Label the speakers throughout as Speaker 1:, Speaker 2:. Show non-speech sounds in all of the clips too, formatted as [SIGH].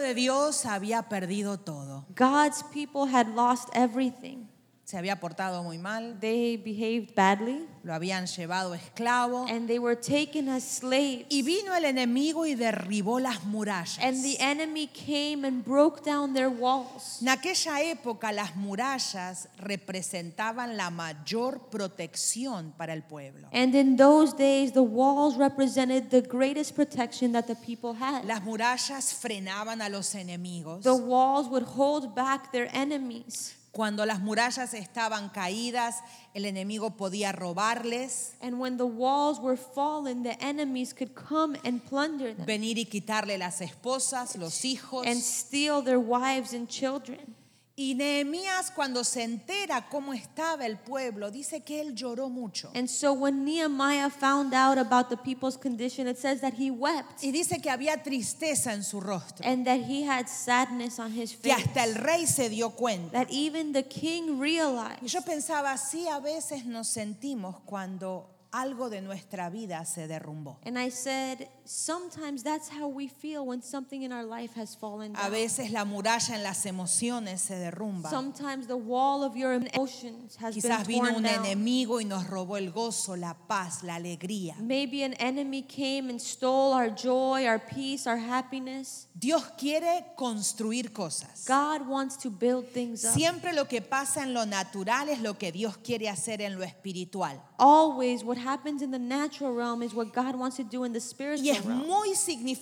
Speaker 1: de Dios había perdido todo.
Speaker 2: God's people had lost everything.
Speaker 1: Se había portado muy mal,
Speaker 2: They behaved badly
Speaker 1: lo habían llevado esclavo.
Speaker 2: and they were taken as slaves.
Speaker 1: Y vino el enemigo y derribó las murallas.
Speaker 2: And the enemy came and broke down their walls.
Speaker 1: En aquella época las murallas representaban la mayor protección para el pueblo.
Speaker 2: And in those days, the walls represented the greatest protection that the people had.
Speaker 1: Las murallas frenaban a los enemigos.
Speaker 2: The walls would hold back their enemies.
Speaker 1: Cuando las murallas estaban caídas, el enemigo podía robarles,
Speaker 2: And when the walls were fallen, the enemies could come and plunder them
Speaker 1: venir y quitarle las esposas, los hijos.
Speaker 2: and steal their wives and children.
Speaker 1: Y Nehemías cuando se entera cómo estaba el pueblo, dice que él lloró mucho.
Speaker 2: And so when Nehemiah found out about the people's condition, it says that he wept
Speaker 1: Y dice que había tristeza en su rostro,
Speaker 2: and that he had sadness on his
Speaker 1: que
Speaker 2: face.
Speaker 1: hasta el rey se dio cuenta.
Speaker 2: That even the king
Speaker 1: Y
Speaker 2: realized.
Speaker 1: yo pensaba, sí, a veces nos sentimos cuando algo de nuestra vida se derrumbó.
Speaker 2: And I said, sometimes that's how we feel when something in our life has fallen
Speaker 1: A
Speaker 2: down.
Speaker 1: veces la muralla en las emociones se derrumba.
Speaker 2: Sometimes the wall of your emotions has been
Speaker 1: Quizás vino
Speaker 2: torn
Speaker 1: un
Speaker 2: down.
Speaker 1: enemigo y nos robó el gozo, la paz, la alegría.
Speaker 2: Maybe an enemy came and stole our joy, our peace, our happiness.
Speaker 1: Dios quiere construir cosas.
Speaker 2: God wants to build things up.
Speaker 1: Siempre lo que pasa en lo natural es lo que Dios quiere hacer en lo espiritual.
Speaker 2: Always, what happens in the natural realm is what God wants to do in the
Speaker 1: Y
Speaker 2: spiritual
Speaker 1: es
Speaker 2: realm.
Speaker 1: muy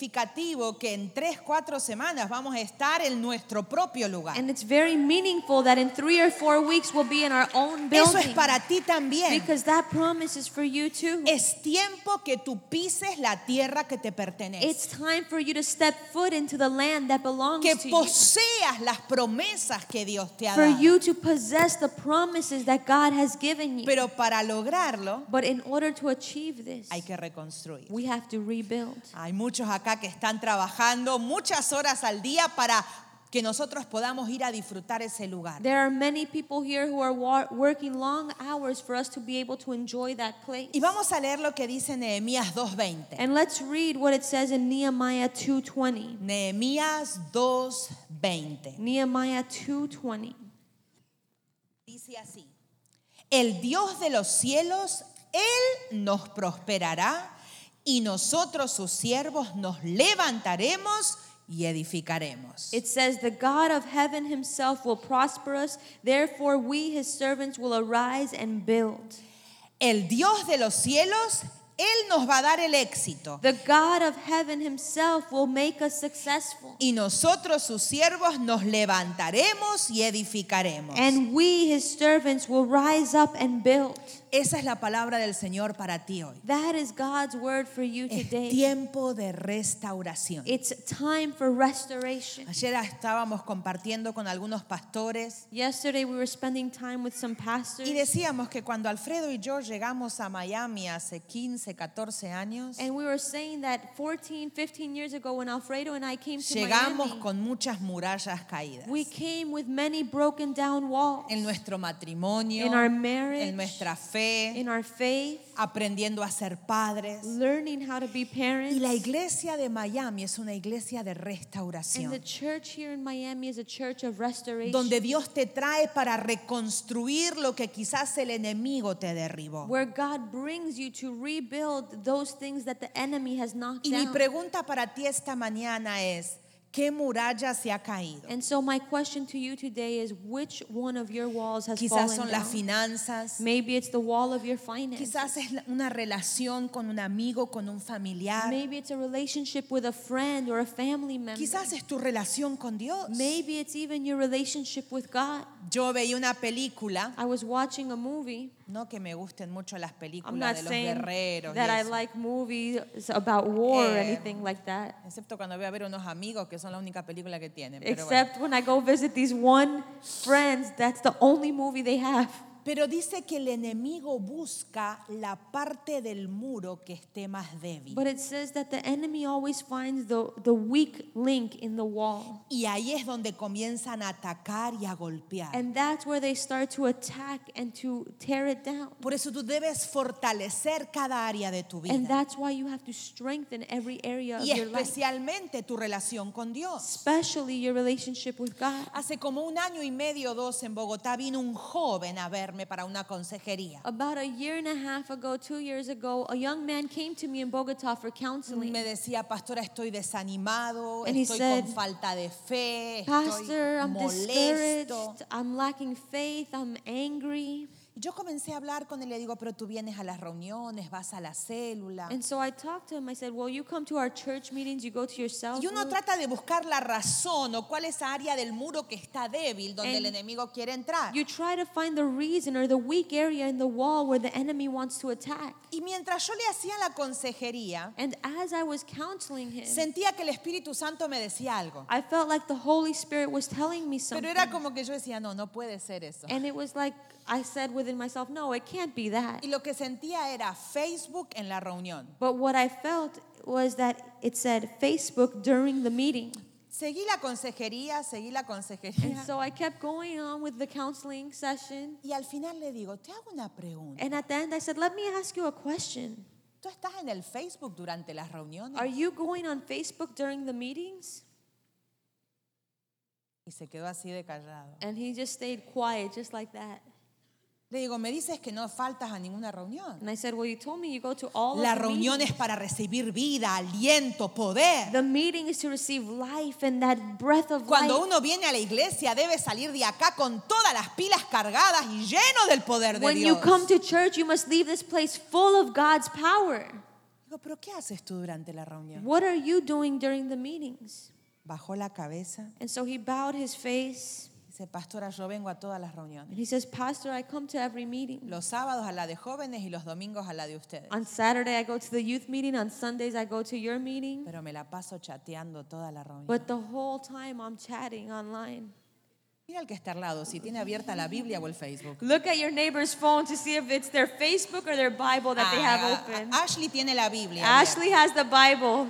Speaker 1: significativo que en tres, cuatro semanas vamos a estar en nuestro propio lugar.
Speaker 2: And it's very meaningful that in three or four weeks we'll be in our own
Speaker 1: Eso es
Speaker 2: building.
Speaker 1: para ti también.
Speaker 2: Because that promise is for you too.
Speaker 1: Es tiempo que tú pises la tierra que te
Speaker 2: It's
Speaker 1: pertenece.
Speaker 2: time for you to step foot into the land that belongs
Speaker 1: Que
Speaker 2: to you.
Speaker 1: poseas las promesas que Dios te ha
Speaker 2: For
Speaker 1: dado.
Speaker 2: you to possess the promises that God has given you.
Speaker 1: Pero para lograrlo
Speaker 2: But in order to achieve this,
Speaker 1: hay que reconstruir.
Speaker 2: we have to rebuild.
Speaker 1: Hay muchos acá que están trabajando muchas horas al día para que nosotros podamos ir a disfrutar ese lugar.
Speaker 2: There are many people here who are wa- working long hours for us to be able to enjoy that place.
Speaker 1: Y vamos a leer lo que dice Nehemías 2.20.
Speaker 2: And let's read what it says in Nehemiah 2:20.
Speaker 1: Nehemías 2.20.
Speaker 2: Nehemiah 2:20.
Speaker 1: Dice así, el Dios de los cielos, Él nos prosperará y nosotros sus siervos nos levantaremos y edificaremos.
Speaker 2: It says, The God of heaven himself will prosper us, therefore, we, his servants, will arise and build.
Speaker 1: El Dios de los cielos, Él nos va a dar el éxito
Speaker 2: The God of heaven himself will make us successful.
Speaker 1: y nosotros sus siervos nos levantaremos y edificaremos.
Speaker 2: And we, his servants, will rise up and build.
Speaker 1: Esa es la palabra del Señor para ti hoy.
Speaker 2: That is God's word for you
Speaker 1: Es
Speaker 2: today.
Speaker 1: Eh, tiempo de restauración.
Speaker 2: It's time for restoration.
Speaker 1: Ayer estábamos compartiendo con algunos pastores
Speaker 2: Yesterday, we were spending time with some pastors,
Speaker 1: Y decíamos que cuando Alfredo y yo llegamos a Miami hace 15, 14 años,
Speaker 2: and we were saying that 14, 15 years ago, when Alfredo and I came to
Speaker 1: llegamos
Speaker 2: Miami,
Speaker 1: con muchas murallas caídas.
Speaker 2: we came with many broken down walls
Speaker 1: En nuestro matrimonio,
Speaker 2: In our marriage,
Speaker 1: en nuestra fe,
Speaker 2: in our faith,
Speaker 1: aprendiendo a ser padres.
Speaker 2: learning how to be parents.
Speaker 1: Y la iglesia de Miami es una iglesia de
Speaker 2: And the
Speaker 1: restauración,
Speaker 2: church here in Miami is a church of restoration.
Speaker 1: donde Dios te trae para reconstruir lo que quizás el enemigo te derribó.
Speaker 2: where God brings you to rebuild those things that the enemy has knocked
Speaker 1: Y mi
Speaker 2: down.
Speaker 1: pregunta para ti esta mañana es, ¿qué muralla se ha caído?
Speaker 2: And so my question to you today is which one of your walls has
Speaker 1: Quizás
Speaker 2: fallen
Speaker 1: son
Speaker 2: down?
Speaker 1: las finanzas,
Speaker 2: Maybe it's the wall of your finances.
Speaker 1: Quizás es la- una relación con un amigo, con un familiar.
Speaker 2: Maybe it's a relationship with a friend or a family member.
Speaker 1: Quizás es tu relación con Dios.
Speaker 2: Maybe it's even your relationship with God.
Speaker 1: Yo veía una película,
Speaker 2: I was watching a movie.
Speaker 1: no que me gusten mucho las
Speaker 2: I'm
Speaker 1: películas
Speaker 2: not
Speaker 1: de los
Speaker 2: saying
Speaker 1: guerreros, y
Speaker 2: that I
Speaker 1: eso.
Speaker 2: like movies about war or
Speaker 1: Eh,
Speaker 2: anything like that.
Speaker 1: excepto cuando voy a ver unos amigos que son la única película que tienen. pero bueno.
Speaker 2: Except when I go visit these one friends, that's the only movie they have.
Speaker 1: Pero dice que el enemigo busca la parte del muro que esté más débil.
Speaker 2: But it says that the enemy always finds the, the weak link in the wall.
Speaker 1: Y ahí es donde comienzan a atacar y a golpear.
Speaker 2: And that's where they start to attack and to tear it down.
Speaker 1: Por eso tú debes fortalecer cada área de tu
Speaker 2: And
Speaker 1: vida.
Speaker 2: that's why you have to strengthen every area of
Speaker 1: Y
Speaker 2: your life,
Speaker 1: especialmente tu relación con Dios.
Speaker 2: especially your relationship with God.
Speaker 1: Hace como un año y medio o dos en Bogotá vino un joven a verme para una consejería.
Speaker 2: About a year and a half ago, two years ago, a young man came to me in Bogota for counseling.
Speaker 1: Me decía, pastora, estoy desanimado,
Speaker 2: And he
Speaker 1: estoy
Speaker 2: said,
Speaker 1: con falta de fe,
Speaker 2: Pastor,
Speaker 1: estoy
Speaker 2: I'm
Speaker 1: molesto.
Speaker 2: discouraged. I'm lacking faith. I'm angry.
Speaker 1: Y Yo comencé a hablar con él y le digo, pero tú vienes a las reuniones, vas a la célula.
Speaker 2: And so I talked to him. I said, Well, you come to our church meetings, you go to your cell
Speaker 1: Y uno
Speaker 2: group."
Speaker 1: trata de buscar la razón o cuál es esa área del muro que está débil donde el
Speaker 2: And
Speaker 1: enemigo quiere entrar.
Speaker 2: You try to find the reason or the weak area in the wall where the enemy wants to attack.
Speaker 1: Y mientras yo le hacía la consejería,
Speaker 2: And as I was counseling him,
Speaker 1: sentía que el Espíritu Santo me decía algo.
Speaker 2: I felt like the Holy Spirit was telling me
Speaker 1: Pero
Speaker 2: something.
Speaker 1: era como que yo decía, no, no puede ser eso.
Speaker 2: And it was like I said within myself, No, it can't be that.
Speaker 1: Y lo que sentía era Facebook en la reunión.
Speaker 2: But what I felt was that it said Facebook during the meeting.
Speaker 1: Seguí la consejería, seguí la
Speaker 2: And
Speaker 1: consejería.
Speaker 2: Em, so I kept going on with the counseling session.
Speaker 1: Y al final le digo, te hago una pregunta.
Speaker 2: And at the end, I said, Let me ask you a question.
Speaker 1: ¿Tú estás en el Facebook durante las
Speaker 2: Are
Speaker 1: reuniones?
Speaker 2: you going on Facebook during the meetings?
Speaker 1: Y se quedó así de callado.
Speaker 2: And he just stayed quiet, just like that.
Speaker 1: Le digo, me dices que no faltas a ninguna reunión.
Speaker 2: And I said, Well, you told me you go to all
Speaker 1: La
Speaker 2: of the
Speaker 1: reunión es
Speaker 2: meetings.
Speaker 1: para recibir vida, aliento, poder.
Speaker 2: The meeting is to receive life and that breath of
Speaker 1: Cuando
Speaker 2: life.
Speaker 1: uno viene a la iglesia debe salir de acá con todas las pilas cargadas y lleno del poder de
Speaker 2: When you
Speaker 1: Dios.
Speaker 2: come to church, you must leave this place full of God's power.
Speaker 1: Digo, pero ¿qué haces tú durante la reunión?
Speaker 2: What are you doing during the meetings?
Speaker 1: Bajó la cabeza.
Speaker 2: And so he bowed his face
Speaker 1: Dice, pastora, yo vengo a todas las reuniones.
Speaker 2: and he says, Pastor, I come to every meeting.
Speaker 1: Los sábados a la de jóvenes y los domingos a la de ustedes.
Speaker 2: On Saturday, I go to the youth meeting. On Sundays, I go to your meeting.
Speaker 1: Pero me la paso chateando toda la reunión.
Speaker 2: But the whole time I'm chatting online.
Speaker 1: Mira el que está al lado, si tiene abierta la Biblia o el Facebook.
Speaker 2: Look at your neighbor's phone to see if it's their Facebook or their Bible [LAUGHS] that they have
Speaker 1: Ah,
Speaker 2: open.
Speaker 1: Ashley tiene la Biblia. abierta.
Speaker 2: Ashley has the Bible.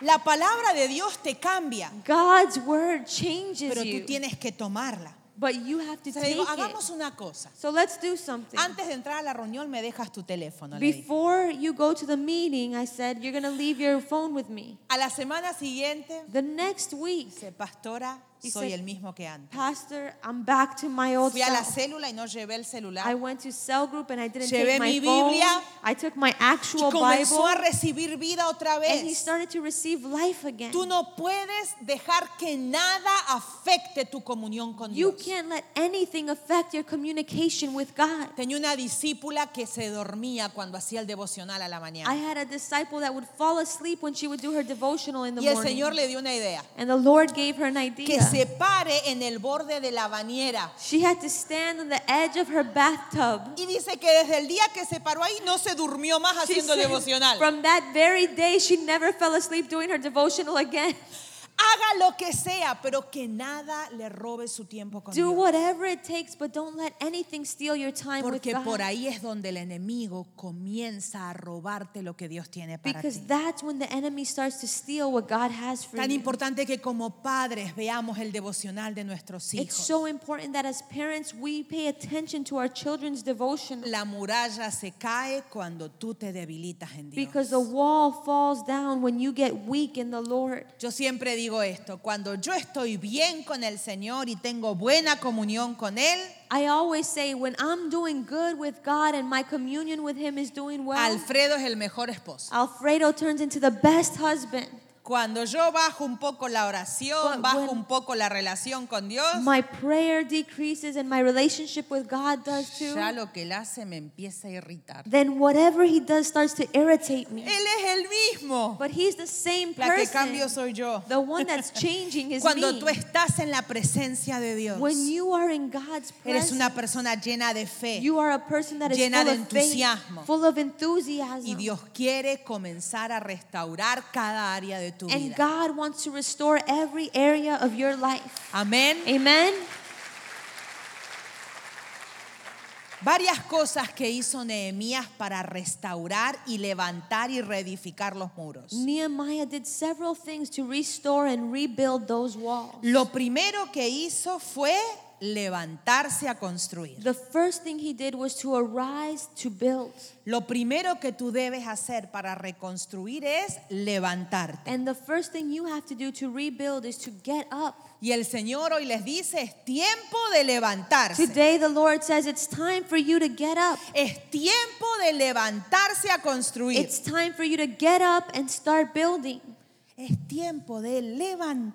Speaker 1: La palabra de Dios te cambia,
Speaker 2: God's word changes
Speaker 1: pero tú
Speaker 2: you,
Speaker 1: tienes que tomarla.
Speaker 2: but you have to
Speaker 1: O sea, le
Speaker 2: take
Speaker 1: digo,
Speaker 2: it.
Speaker 1: hagamos una cosa.
Speaker 2: So let's do something.
Speaker 1: Antes de entrar a la reunión me dejas tu teléfono. le dije.
Speaker 2: Before you go to the meeting, I said, You're going to leave your phone with me.
Speaker 1: A la semana siguiente
Speaker 2: The next week,
Speaker 1: dice, pastora,
Speaker 2: Dice-
Speaker 1: soy el mismo que antes.
Speaker 2: Pastor, I'm back to my old
Speaker 1: Fui a la
Speaker 2: self.
Speaker 1: célula y no llevé el
Speaker 2: I
Speaker 1: celular.
Speaker 2: went to cell group and I didn't
Speaker 1: Llevé
Speaker 2: take my
Speaker 1: mi
Speaker 2: phone.
Speaker 1: Biblia.
Speaker 2: I took my
Speaker 1: Y
Speaker 2: actual
Speaker 1: comenzó
Speaker 2: Bible.
Speaker 1: a recibir vida otra
Speaker 2: And he
Speaker 1: vez.
Speaker 2: started to receive life again.
Speaker 1: Tú no puedes dejar que nada afecte tu comunión con
Speaker 2: You
Speaker 1: Dios.
Speaker 2: can't let anything affect your communication with God.
Speaker 1: Tenía una discípula que se dormía cuando hacía el devocional a la
Speaker 2: I
Speaker 1: mañana.
Speaker 2: had a disciple that would fall asleep when she would do her devotional in the
Speaker 1: Y el
Speaker 2: morning.
Speaker 1: Señor le dio una idea.
Speaker 2: And the Lord gave her an
Speaker 1: Que
Speaker 2: idea.
Speaker 1: se pare en el borde de la bañera.
Speaker 2: She had to stand on the edge of her bathtub.
Speaker 1: Y dice que desde el día que se paró ahí no se durmió más
Speaker 2: She
Speaker 1: haciendo
Speaker 2: said,
Speaker 1: devocional.
Speaker 2: From that very day, she never fell asleep doing her devotional again.
Speaker 1: Haga lo que sea, pero que nada le robe su tiempo [LAUGHS] con
Speaker 2: Do
Speaker 1: Dios.
Speaker 2: whatever it takes, but don't let anything steal your time with
Speaker 1: Porque por
Speaker 2: God.
Speaker 1: ahí es donde el enemigo comienza a robarte lo que Dios tiene para
Speaker 2: Because
Speaker 1: ti.
Speaker 2: that's when the enemy starts to steal what God has for
Speaker 1: Tan
Speaker 2: you.
Speaker 1: importante que como padres veamos el devocional de nuestros
Speaker 2: It's
Speaker 1: hijos.
Speaker 2: so important that as parents we pay attention to our children's devotion
Speaker 1: La muralla se cae cuando tú te debilitas en
Speaker 2: because the
Speaker 1: Dios.
Speaker 2: wall falls down when you get weak in the Lord.
Speaker 1: Yo siempre digo esto, cuando yo estoy bien con el Señor y tengo buena comunión con Él,
Speaker 2: I always say when I'm doing good with God and my communion with him is doing well,
Speaker 1: Alfredo es el mejor esposo.
Speaker 2: Alfredo turns into the best husband.
Speaker 1: Cuando yo bajo un poco la oración,
Speaker 2: But
Speaker 1: bajo
Speaker 2: when-
Speaker 1: un poco la relación con Dios,
Speaker 2: My prayer decreases and my relationship with God does too.
Speaker 1: ya lo que él hace me empieza a irritar.
Speaker 2: Then whatever he does starts to irritate me.
Speaker 1: Él es el mismo.
Speaker 2: But he's the same
Speaker 1: La que cambio
Speaker 2: person.
Speaker 1: soy yo.
Speaker 2: The
Speaker 1: [LAUGHS]
Speaker 2: one that's changing is
Speaker 1: Cuando
Speaker 2: me.
Speaker 1: tú estás en la presencia de Dios,
Speaker 2: When you are in God's
Speaker 1: eres
Speaker 2: presence,
Speaker 1: una persona llena de fe
Speaker 2: You are a person that is
Speaker 1: llena
Speaker 2: full
Speaker 1: de
Speaker 2: of faith,
Speaker 1: entusiasmo.
Speaker 2: full of enthusiasm.
Speaker 1: y Dios quiere comenzar a restaurar cada área de tu
Speaker 2: And
Speaker 1: vida.
Speaker 2: God wants to restore every area of your life.
Speaker 1: Amén.
Speaker 2: Amen.
Speaker 1: Varias cosas que hizo Nehemías para restaurar y levantar y reedificar los muros.
Speaker 2: Nehemiah did several things to restore and rebuild those walls.
Speaker 1: Lo primero que hizo fue levantarse a construir.
Speaker 2: The first thing he did was to arise to build.
Speaker 1: Lo primero que tú debes hacer para reconstruir es levantarte.
Speaker 2: And the first thing you have to do to rebuild is to get up.
Speaker 1: Y el Señor hoy les dice, es tiempo de levantarse.
Speaker 2: Today, the Lord says it's time for you to get up.
Speaker 1: Es tiempo de levantarse a construir.
Speaker 2: It's time for you to get up and start building.
Speaker 1: Es tiempo de levantarse.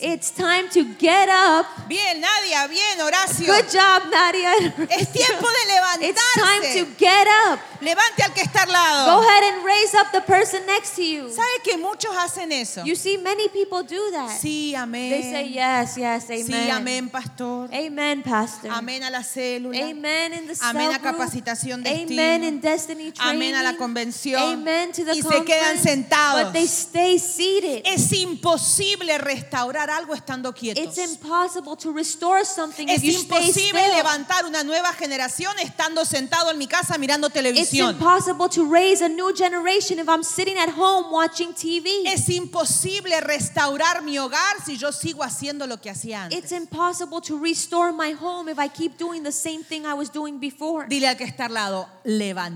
Speaker 2: It's time to get up.
Speaker 1: Bien, Nadia, bien, Horacio.
Speaker 2: Good job, Nadia.
Speaker 1: Es tiempo de
Speaker 2: [LAUGHS] It's time
Speaker 1: levantarse.
Speaker 2: to get up.
Speaker 1: Levante al que está al
Speaker 2: Go
Speaker 1: lado.
Speaker 2: ahead and raise up the person next to you.
Speaker 1: ¿Sabe que muchos hacen eso?
Speaker 2: You see, many people do that.
Speaker 1: Sí, amén.
Speaker 2: They say, Yes, yes,
Speaker 1: Sí,
Speaker 2: amen.
Speaker 1: amén, pastor.
Speaker 2: Amen, Pastor.
Speaker 1: Amén a la célula.
Speaker 2: Amen in the cell
Speaker 1: Amén a
Speaker 2: group.
Speaker 1: capacitación de
Speaker 2: Amen
Speaker 1: estímulo.
Speaker 2: in destiny training.
Speaker 1: Amén a la convención.
Speaker 2: Amen to the
Speaker 1: Y se quedan
Speaker 2: conference.
Speaker 1: sentados.
Speaker 2: But they stay seated.
Speaker 1: Es imposible restaurar algo estando quietos.
Speaker 2: It's impossible to restore something
Speaker 1: Es
Speaker 2: if you stay
Speaker 1: imposible
Speaker 2: still.
Speaker 1: levantar una nueva generación estando sentado en mi casa mirando
Speaker 2: It's
Speaker 1: televisión.
Speaker 2: impossible to raise a new generation if I'm sitting at home watching TV.
Speaker 1: Es imposible restaurar mi hogar si yo sigo haciendo lo que hacía
Speaker 2: It's
Speaker 1: antes.
Speaker 2: impossible to restore my home if I keep doing the same thing I was doing before.
Speaker 1: Dile al que está al lado,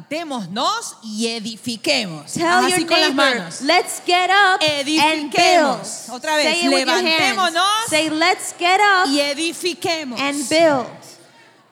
Speaker 1: levantémonos y edifiquemos.
Speaker 2: Tell
Speaker 1: Haz
Speaker 2: your
Speaker 1: así con las
Speaker 2: neighbor,
Speaker 1: manos.
Speaker 2: let's get up and build.
Speaker 1: Edifiquemos. Otra vez,
Speaker 2: Say it with your hands.
Speaker 1: levantémonos
Speaker 2: Say, let's get up
Speaker 1: Y edifiquemos.
Speaker 2: and build.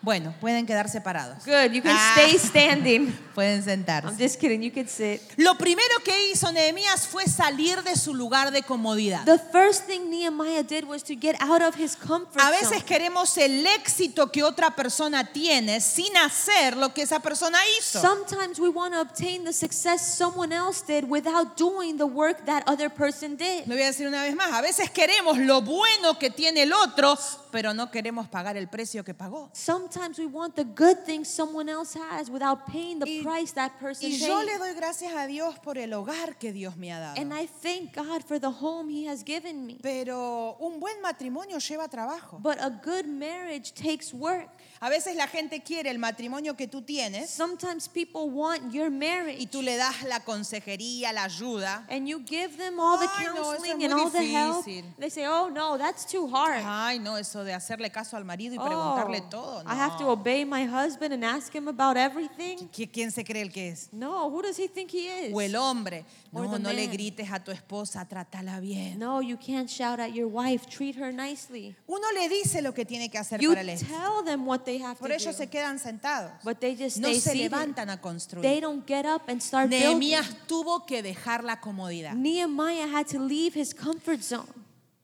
Speaker 1: Bueno, pueden quedar separados.
Speaker 2: Good, you can
Speaker 1: Ah, [LAUGHS]
Speaker 2: stay standing.
Speaker 1: Pueden
Speaker 2: I'm
Speaker 1: sentarse.
Speaker 2: just kidding, you can sit.
Speaker 1: Lo primero que hizo Nehemías fue salir de su lugar de comodidad.
Speaker 2: The first thing Nehemiah did was to get out of his comfort
Speaker 1: A veces
Speaker 2: zone.
Speaker 1: queremos el éxito que otra persona tiene sin hacer lo que esa persona hizo.
Speaker 2: Sometimes we want to obtain the success someone else did without doing the work that other person did.
Speaker 1: Lo voy a decir una vez más, a veces queremos lo bueno que tiene el otro, pero no queremos pagar el precio que pagó.
Speaker 2: Sometimes we want the good thing someone else has without paying the
Speaker 1: Y-
Speaker 2: price that person
Speaker 1: Y yo le
Speaker 2: paid.
Speaker 1: doy gracias a Dios por el hogar que Dios me ha
Speaker 2: And
Speaker 1: dado.
Speaker 2: I thank God for the home He has given me.
Speaker 1: Pero un buen matrimonio lleva trabajo.
Speaker 2: But a good marriage takes work.
Speaker 1: A veces la gente quiere el matrimonio que tú tienes
Speaker 2: Sometimes people want your
Speaker 1: y
Speaker 2: marriage
Speaker 1: tú le das la consejería, la ayuda.
Speaker 2: and you give them all the
Speaker 1: Ay, no, eso es
Speaker 2: counseling
Speaker 1: muy
Speaker 2: and all the help.
Speaker 1: difícil.
Speaker 2: They say, oh no, that's too hard.
Speaker 1: Ay, no, eso de hacerle caso al marido y preguntarle todo.
Speaker 2: Oh, I have to
Speaker 1: no.
Speaker 2: obey my husband and ask him about everything.
Speaker 1: ¿Qui- ¿Quién se cree el que es?
Speaker 2: No, who does he think he is?
Speaker 1: O el hombre.
Speaker 2: Or
Speaker 1: No,
Speaker 2: the
Speaker 1: no le
Speaker 2: man.
Speaker 1: grites a tu esposa, trátala bien.
Speaker 2: No, you can't shout at your wife. Treat her nicely.
Speaker 1: Uno le dice lo que tiene que hacer
Speaker 2: You
Speaker 1: para el éxito.
Speaker 2: tell them what they have
Speaker 1: Por
Speaker 2: to
Speaker 1: ello
Speaker 2: do.
Speaker 1: se quedan sentados.
Speaker 2: But they just
Speaker 1: No
Speaker 2: stay
Speaker 1: se
Speaker 2: seated.
Speaker 1: levantan a
Speaker 2: They
Speaker 1: construir.
Speaker 2: don't get up and start building.
Speaker 1: Nehemías tuvo que dejar la comodidad.
Speaker 2: Nehemiah had to leave his comfort zone.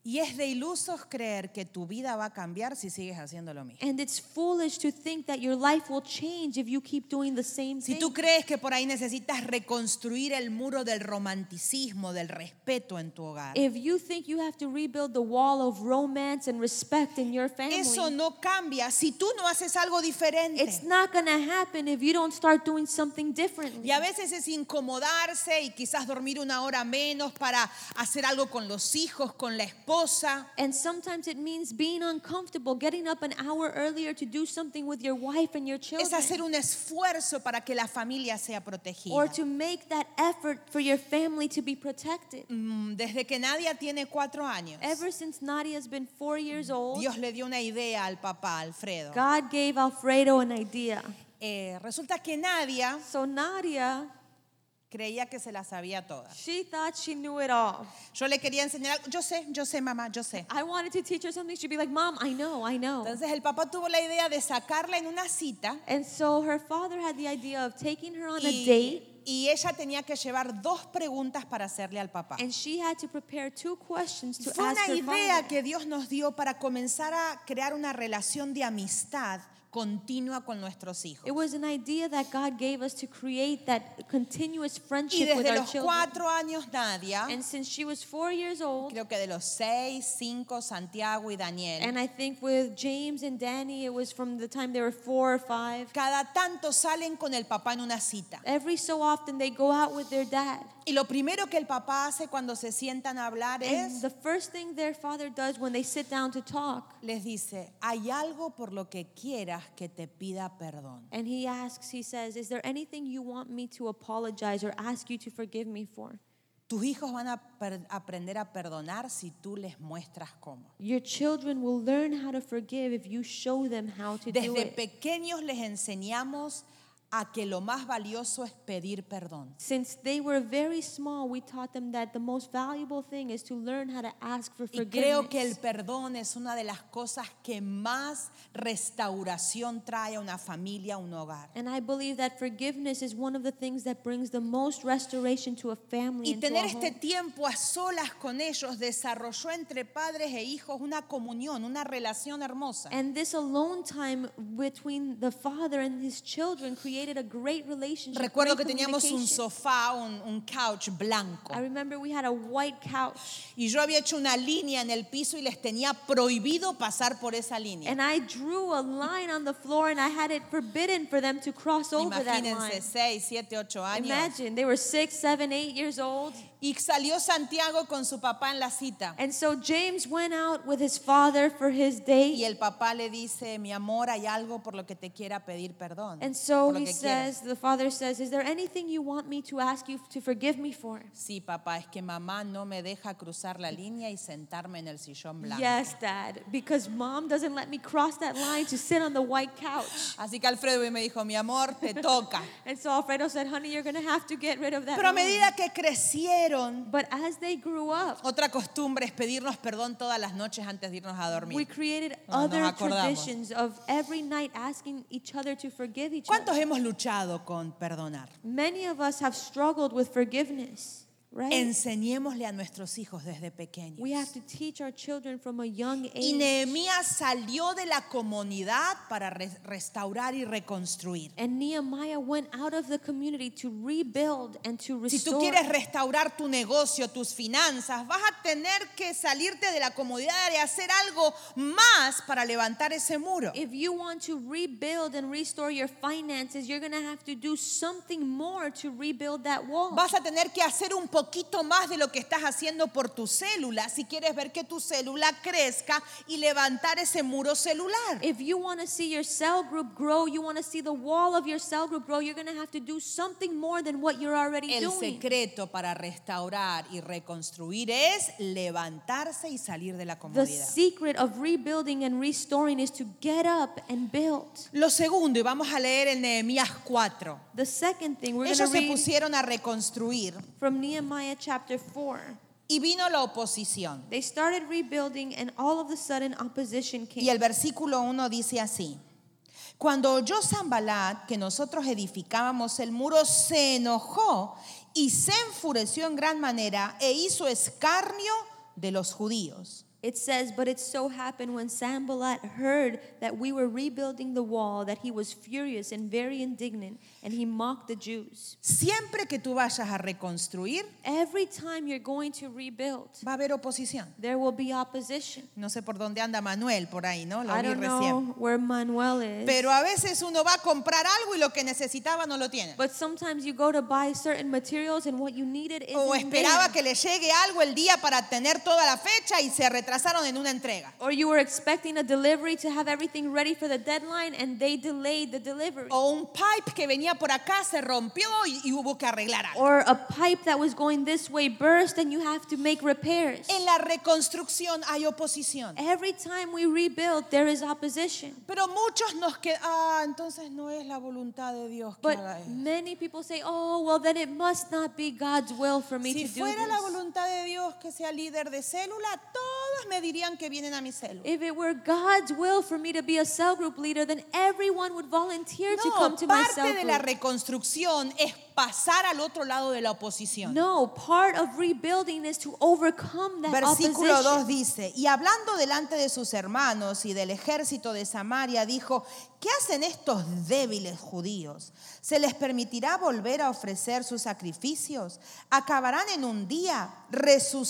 Speaker 1: Y es de ilusos creer que tu vida va a cambiar si sigues haciendo lo mismo.
Speaker 2: And it's foolish to think that your life will change if you keep doing the same
Speaker 1: Si
Speaker 2: thing.
Speaker 1: tú crees que por ahí necesitas reconstruir el muro del romanticismo, del respeto en tu hogar,
Speaker 2: If you think you have to rebuild the wall of romance and respect in your family,
Speaker 1: eso no cambia si tú no haces algo
Speaker 2: It's
Speaker 1: diferente.
Speaker 2: not going to happen if you don't start doing something differently.
Speaker 1: Y a veces es incomodarse y quizás dormir una hora menos para hacer algo con los hijos, con la esposa.
Speaker 2: And sometimes it means being uncomfortable, getting up an hour earlier to do something with your wife and your
Speaker 1: Es hacer
Speaker 2: children,
Speaker 1: un esfuerzo para que la familia sea
Speaker 2: or
Speaker 1: protegida.
Speaker 2: to make that effort for your family to be protected.
Speaker 1: Mm, Desde que Nadia tiene cuatro años,
Speaker 2: Ever since Nadia's been four years old,
Speaker 1: Dios le dio una idea al papá, Alfredo.
Speaker 2: God gave Alfredo an idea.
Speaker 1: Eh, resulta que Nadia
Speaker 2: So Nadia,
Speaker 1: creía que se las sabía todas.
Speaker 2: she thought she knew it all.
Speaker 1: Yo le quería enseñar, algo. yo sé, yo sé, mamá, yo sé.
Speaker 2: I wanted to teach her something. She'd be like, Mom, I know, I know.
Speaker 1: Entonces el papá tuvo la idea de sacarla en una cita
Speaker 2: And so her father had the idea of taking her on a date.
Speaker 1: y, y ella tenía que llevar dos preguntas para hacerle al papá.
Speaker 2: And she had to prepare two questions to
Speaker 1: Fue
Speaker 2: ask
Speaker 1: una
Speaker 2: her
Speaker 1: idea
Speaker 2: father.
Speaker 1: que Dios nos dio para comenzar a crear una relación de amistad continua con nuestros hijos.
Speaker 2: It was an idea that God gave us to create that continuous
Speaker 1: Y
Speaker 2: friendship with
Speaker 1: desde
Speaker 2: our
Speaker 1: los
Speaker 2: children.
Speaker 1: cuatro años Nadia,
Speaker 2: And since she was four years old,
Speaker 1: creo que de los seis, cinco, Santiago y Daniel,
Speaker 2: and I think with James and Danny, it was from the time they were four or five.
Speaker 1: cada tanto salen con el papá en una cita.
Speaker 2: Every so often they go out with their dad.
Speaker 1: Y lo primero que el papá hace cuando se sientan a hablar
Speaker 2: And
Speaker 1: es,
Speaker 2: the first thing their father does when they sit down to talk,
Speaker 1: les dice, hay algo por lo que quieras que te pida perdón.
Speaker 2: and he asks, he says, Is there anything you want me to apologize or ask you to forgive me for?
Speaker 1: Tus hijos van a per- aprender a perdonar si tú les muestras cómo.
Speaker 2: Your children will learn how to forgive if you show them how to do
Speaker 1: Desde
Speaker 2: it.
Speaker 1: pequeños les enseñamos a que lo más valioso es pedir perdón.
Speaker 2: Since they were very small, we taught them that the most valuable thing is to learn how to ask for
Speaker 1: Y creo
Speaker 2: forgiveness.
Speaker 1: que el perdón es una de las cosas que más restauración trae a una familia, a un hogar.
Speaker 2: And I believe that forgiveness is one of the things that brings the most restoration to a family
Speaker 1: Y
Speaker 2: and to a
Speaker 1: tener este
Speaker 2: home.
Speaker 1: tiempo a solas con ellos desarrolló entre padres e hijos una comunión, una relación hermosa.
Speaker 2: And this alone time between the father and his children created a great relationship.
Speaker 1: Recuerdo que
Speaker 2: great
Speaker 1: teníamos un
Speaker 2: communication.
Speaker 1: sofá, un, un couch blanco.
Speaker 2: I remember we had a white couch,
Speaker 1: Y yo había hecho una línea en el piso y les tenía prohibido pasar por esa línea.
Speaker 2: and I drew a line on the floor, and I had it forbidden for them to cross over that
Speaker 1: Imagínense,
Speaker 2: line.
Speaker 1: 6, 7, 8 años.
Speaker 2: Imagine they were six, seven, eight years old,
Speaker 1: Y salió Santiago con su papá en la cita.
Speaker 2: and so James went out with his father for his date.
Speaker 1: Y el papá le dice, mi amor, hay algo por lo que te quiera pedir perdón.
Speaker 2: And so
Speaker 1: por lo
Speaker 2: he
Speaker 1: que quieras".
Speaker 2: says, the father says, Is there anything you want me to ask you to forgive me for?
Speaker 1: Sí, papá, es que mamá no me deja cruzar la línea y sentarme en el sillón blanco.
Speaker 2: Yes, dad, because mom doesn't let me cross that line to sit on the white couch.
Speaker 1: Así que Alfredo me dijo, mi amor, te toca.
Speaker 2: And so Alfredo said, Honey, you're going to have to get rid of that.
Speaker 1: Pero a
Speaker 2: line."
Speaker 1: medida que crecieron,
Speaker 2: But as they grew up,
Speaker 1: otra costumbre es pedirnos perdón todas las noches antes de irnos a
Speaker 2: we
Speaker 1: dormir.
Speaker 2: created
Speaker 1: No, nos
Speaker 2: other
Speaker 1: acordamos.
Speaker 2: traditions of every night asking each other to forgive each other.
Speaker 1: ¿Cuántos hemos luchado con perdonar?
Speaker 2: Many of us have struggled with forgiveness, right?
Speaker 1: Enseñémosle a nuestros hijos desde pequeños.
Speaker 2: we have to teach our children from a young
Speaker 1: Y
Speaker 2: age.
Speaker 1: Nehemías salió de la comunidad para re- restaurar y reconstruir.
Speaker 2: And Nehemiah went out of the community to rebuild and to
Speaker 1: Si tú
Speaker 2: restore.
Speaker 1: quieres restaurar tu negocio, tus finanzas, vas a tener que salirte de la comodidad y hacer algo más para levantar ese muro.
Speaker 2: if you want to rebuild and restore your finances, you're going to have to do something more to rebuild that wall.
Speaker 1: Vas a tener que hacer un poquito más de lo que estás haciendo por tu célula si quieres ver que tu célula crezca y levantar ese muro celular.
Speaker 2: if you want to see your cell group grow, you want to see the wall of your cell group grow, you're going to have to do something more than what you're already
Speaker 1: El
Speaker 2: doing.
Speaker 1: secreto para restaurar y reconstruir es levantarse y salir de la
Speaker 2: The
Speaker 1: comodidad.
Speaker 2: secret of rebuilding and restoring is to get up and build.
Speaker 1: Lo segundo, y vamos a leer en Nehemías 4.
Speaker 2: The second thing we're
Speaker 1: Ellos se
Speaker 2: going to read
Speaker 1: pusieron a reconstruir
Speaker 2: from Nehemiah chapter 4.
Speaker 1: y vino la oposición.
Speaker 2: They started rebuilding, and all of a sudden, opposition came.
Speaker 1: Y el versículo 1 dice así. Cuando oyó Zambalat que nosotros edificábamos el muro, se enojó y se enfureció en gran manera e hizo escarnio de los judíos.
Speaker 2: It says, But it so happened when Sambalat heard that we were rebuilding the wall that he was furious and very indignant, and he mocked the Jews.
Speaker 1: Siempre que tú vayas a reconstruir,
Speaker 2: Every time you're going to rebuild,
Speaker 1: va a haber oposición.
Speaker 2: there will be opposition.
Speaker 1: No sé por dónde anda Manuel por ahí, ¿no? Lo
Speaker 2: I
Speaker 1: vi
Speaker 2: don't
Speaker 1: recién.
Speaker 2: know where Manuel is.
Speaker 1: Pero a veces uno va a comprar algo y lo que necesitaba no lo tiene.
Speaker 2: but sometimes you go to buy certain materials and what you needed is
Speaker 1: O esperaba que le llegue algo el día para tener toda la fecha y se retrasaron en una entrega.
Speaker 2: or you were expecting a delivery to have everything ready for the deadline and they delayed the delivery.
Speaker 1: O un pipe que venía por acá se rompió y, y hubo que arreglar algo.
Speaker 2: or a pipe that was going this way burst and you have to make repairs.
Speaker 1: En la reconstrucción hay oposición.
Speaker 2: Every time we rebuild, there is opposition.
Speaker 1: Pero muchos nos quedan, ah, entonces no es la voluntad de Dios que haga
Speaker 2: But
Speaker 1: esto".
Speaker 2: many people say, oh, well, then it must not be God's will for me
Speaker 1: Si
Speaker 2: to do
Speaker 1: fuera la
Speaker 2: this.
Speaker 1: voluntad de Dios que sea líder de célula, todos me dirían que vienen a mi célula.
Speaker 2: If it were God's will for me to be a cell group leader, then everyone would volunteer to come
Speaker 1: No,
Speaker 2: to my
Speaker 1: parte
Speaker 2: cell
Speaker 1: de la
Speaker 2: group.
Speaker 1: reconstrucción es pasar al otro lado de la oposición.
Speaker 2: No, part of rebuilding is to overcome that
Speaker 1: Versículo 2
Speaker 2: opposition.
Speaker 1: dice, y hablando delante de sus hermanos y del ejército de Samaria, dijo, ¿qué hacen estos débiles judíos? ¿Se les permitirá volver a ofrecer sus sacrificios? ¿Acabarán en un día?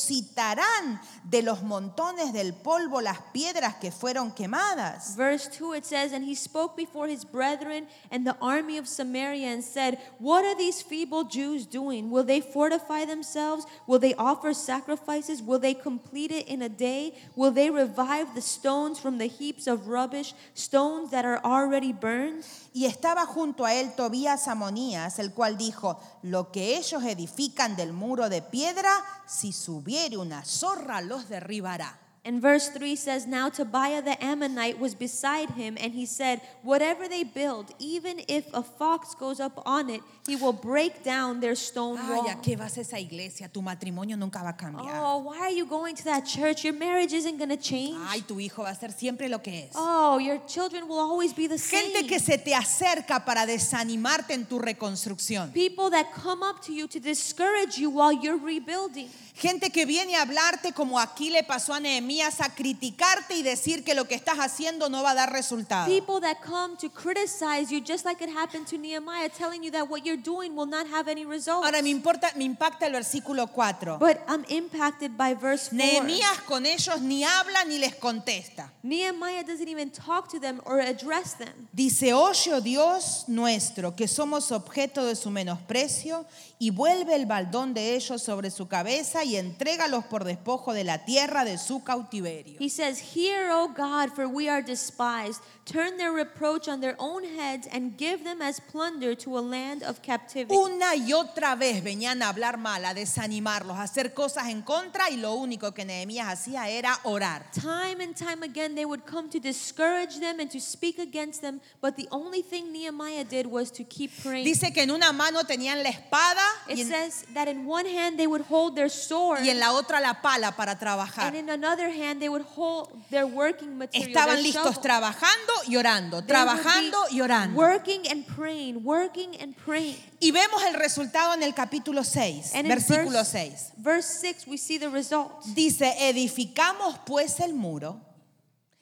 Speaker 1: ¿Resucitarán de los montones del polvo las piedras que fueron quemadas?
Speaker 2: Verse 2 it says, And he spoke before his brethren and the army of Samaria and said, What are these these feeble Jews doing? Will they fortify themselves? Will they offer sacrifices? Will they complete it in a day? Will they revive the stones from the heaps of rubbish, stones that are already burned?
Speaker 1: Y estaba junto a él Tobías Amonías, el cual dijo, lo que ellos edifican del muro de piedra, si subiere una zorra los derribará.
Speaker 2: And verse 3 says, Now Tobiah the Ammonite was beside him, and he said, Whatever they build, even if a fox goes up on it, he will break down their stone wall.
Speaker 1: Ay, ¿a qué vas a esa iglesia? Tu matrimonio nunca va a cambiar.
Speaker 2: Oh, why are you going to that church? Your marriage isn't going to change.
Speaker 1: Ay, tu hijo va a ser siempre lo que es.
Speaker 2: Oh, your children will always be the same.
Speaker 1: Gente que se te acerca para desanimarte en tu reconstrucción.
Speaker 2: People that come up to you to discourage you while you're rebuilding.
Speaker 1: Gente que viene a hablarte como aquí le pasó a Nehemías a criticarte y decir que lo que estás haciendo no va a dar resultado.
Speaker 2: People that come to criticize you, just like it happened to Nehemiah, telling you that what you're doing will not have any results.
Speaker 1: Ahora me importa, me impacta el versículo 4.
Speaker 2: But I'm impacted by verse 4.
Speaker 1: Nehemías con ellos ni habla ni les contesta.
Speaker 2: Nehemiah doesn't even talk to them or address them.
Speaker 1: Dice, oye, oh Dios nuestro, que somos objeto de su menosprecio, y vuelve el baldón de ellos sobre su cabeza y entrégalos por despojo de la tierra de su cautiverio.
Speaker 2: He says, Hear, O God, for we are despised. Turn their reproach on their own heads and give them as plunder to a land of captivity.
Speaker 1: Una y otra vez venían a hablar mal, a desanimarlos, a hacer cosas en contra, y lo único que Nehemías hacía era orar.
Speaker 2: Time and time again, they would come to discourage them and to speak against them, but the only thing Nehemiah did was to keep praying.
Speaker 1: Dice que en una mano tenían la espada
Speaker 2: it
Speaker 1: y en,
Speaker 2: says that in one hand they would hold their sword,
Speaker 1: y en la otra la pala para trabajar.
Speaker 2: and in another hand they would hold their working material. their
Speaker 1: Estaban listos
Speaker 2: shovel.
Speaker 1: trabajando y orando,
Speaker 2: They would be
Speaker 1: trabajando y orando.
Speaker 2: Working and praying, working and praying.
Speaker 1: Y vemos el resultado en el capítulo 6,
Speaker 2: And in
Speaker 1: versículo
Speaker 2: verse,
Speaker 1: 6.
Speaker 2: verse 6, we see the result.
Speaker 1: Dice, edificamos pues el muro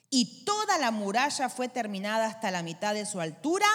Speaker 1: y toda la muralla fue terminada hasta la mitad de su altura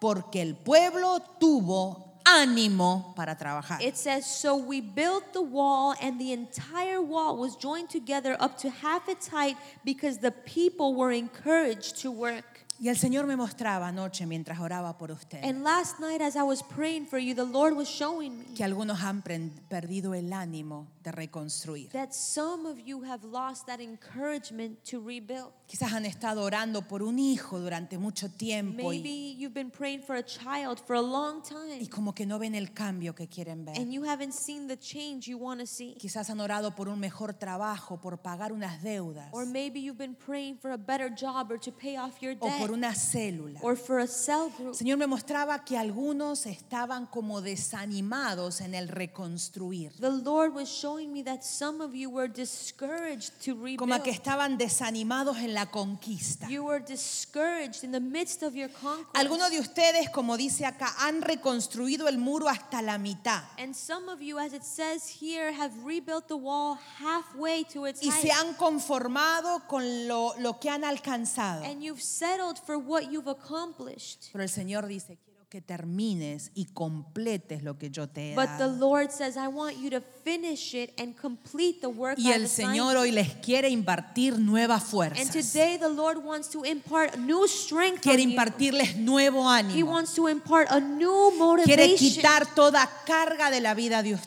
Speaker 1: porque el pueblo tuvo ánimo para trabajar.
Speaker 2: It says, So we built the wall, and the entire wall was joined together up to half its height because the people were encouraged to work.
Speaker 1: Y el Señor me mostraba anoche mientras oraba por usted
Speaker 2: And last night, as I was praying for you, the Lord was showing me
Speaker 1: que algunos han pren- perdido el ánimo de reconstruir.
Speaker 2: that some of you have lost that encouragement to rebuild.
Speaker 1: Quizás han estado orando por un hijo durante mucho tiempo
Speaker 2: Maybe
Speaker 1: y,
Speaker 2: you've been praying for a child for a long time
Speaker 1: y como que no ven el cambio que quieren ver.
Speaker 2: and you haven't seen the change you want to see.
Speaker 1: Quizás han orado por un mejor trabajo, por pagar unas deudas
Speaker 2: Or maybe you've been praying for a better job or to pay off your
Speaker 1: o por
Speaker 2: debt
Speaker 1: una célula.
Speaker 2: or for a cell group.
Speaker 1: El Señor me mostraba que algunos estaban como desanimados en el reconstruir,
Speaker 2: The Lord was showing me that some of you were discouraged to
Speaker 1: como
Speaker 2: rebuild.
Speaker 1: que estaban desanimados en la conquista.
Speaker 2: You were discouraged in the midst of your
Speaker 1: Algunos
Speaker 2: conquest.
Speaker 1: de ustedes, como dice acá, han reconstruido el muro hasta la mitad
Speaker 2: And some of you, as it says here, have rebuilt the wall halfway to its
Speaker 1: y se
Speaker 2: height.
Speaker 1: han conformado con lo, lo que han alcanzado.
Speaker 2: And you've settled for what you've accomplished.
Speaker 1: Pero el Señor dice, quiero que termines y completes lo que yo te he
Speaker 2: But the
Speaker 1: dado.
Speaker 2: Lord says, I want you to finish it and complete the work
Speaker 1: Y
Speaker 2: I've
Speaker 1: el
Speaker 2: assigned
Speaker 1: Señor
Speaker 2: you."
Speaker 1: hoy les quiere impartir nuevas
Speaker 2: And
Speaker 1: fuerzas.
Speaker 2: today the Lord wants to impart new strength
Speaker 1: Quiere
Speaker 2: on you.
Speaker 1: impartirles nuevo
Speaker 2: He
Speaker 1: ánimo.
Speaker 2: wants to impart a new
Speaker 1: Quiere
Speaker 2: motivation.
Speaker 1: quitar toda carga de la vida de
Speaker 2: He wants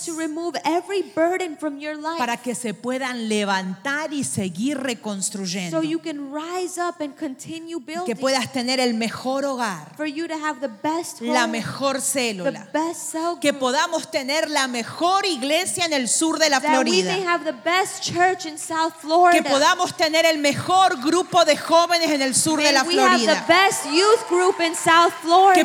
Speaker 1: ustedes
Speaker 2: to remove every burden from your life
Speaker 1: para que se puedan levantar y seguir reconstruyendo.
Speaker 2: so you can rise up and continue
Speaker 1: Que
Speaker 2: building
Speaker 1: puedas tener el mejor hogar,
Speaker 2: for you to have the best
Speaker 1: la
Speaker 2: home,
Speaker 1: mejor
Speaker 2: the
Speaker 1: célula.
Speaker 2: best cell
Speaker 1: Que
Speaker 2: group,
Speaker 1: podamos tener la mejor iglesia en el sur de la
Speaker 2: that we may
Speaker 1: Florida.
Speaker 2: have the best church in South
Speaker 1: Que
Speaker 2: Florida.
Speaker 1: podamos tener el mejor grupo de jóvenes en el sur de
Speaker 2: May
Speaker 1: la
Speaker 2: we have the
Speaker 1: Florida.
Speaker 2: best youth group in South Florida.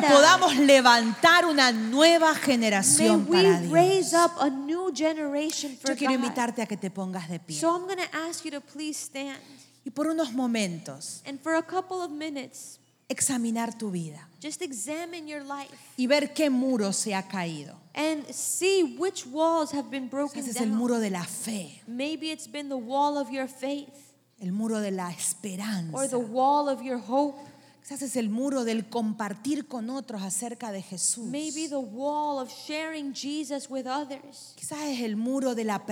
Speaker 1: Que podamos levantar una nueva
Speaker 2: May
Speaker 1: generación para
Speaker 2: we raise
Speaker 1: Dios.
Speaker 2: up a new generation for
Speaker 1: Yo quiero
Speaker 2: God.
Speaker 1: invitarte a que te pongas de pie.
Speaker 2: So I'm going to ask you to please stand
Speaker 1: Y por unos momentos,
Speaker 2: and for a couple of minutes
Speaker 1: examinar tu vida.
Speaker 2: just examine your life
Speaker 1: y ver qué muro se ha caído.
Speaker 2: and see which walls have been broken
Speaker 1: Ese es el
Speaker 2: down.
Speaker 1: muro de la fe,
Speaker 2: Maybe it's been the wall of your faith
Speaker 1: el muro de la
Speaker 2: or the
Speaker 1: esperanza.
Speaker 2: wall of your hope.
Speaker 1: Quizás es el muro del compartir con otros acerca de Jesús.
Speaker 2: Maybe the wall of sharing Jesus with others.
Speaker 1: Quizás es el muro de la